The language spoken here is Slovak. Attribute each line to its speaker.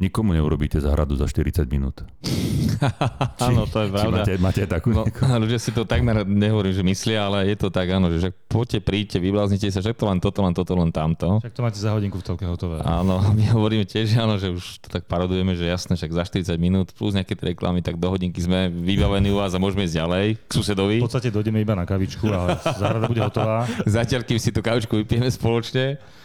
Speaker 1: Nikomu neurobíte záhradu za 40 minút.
Speaker 2: Áno, to
Speaker 1: Či
Speaker 2: je pravda.
Speaker 1: máte, máte takú?
Speaker 2: No,
Speaker 1: No.
Speaker 2: ľudia si to takmer nehovorím, že myslia, ale je to tak, áno, že však poďte, príďte, vybláznite sa, však to len toto, len toto, len tamto.
Speaker 3: Však to máte za hodinku v telke hotové.
Speaker 2: Áno, my hovoríme tiež, áno, že už to tak parodujeme, že jasné, však za 40 minút plus nejaké tie reklamy, tak do hodinky sme vybavení u vás a môžeme ísť ďalej k susedovi.
Speaker 3: V podstate dojdeme iba na kavičku a záhrada bude hotová.
Speaker 2: Zatiaľ, kým si tú kaučku vypijeme spoločne,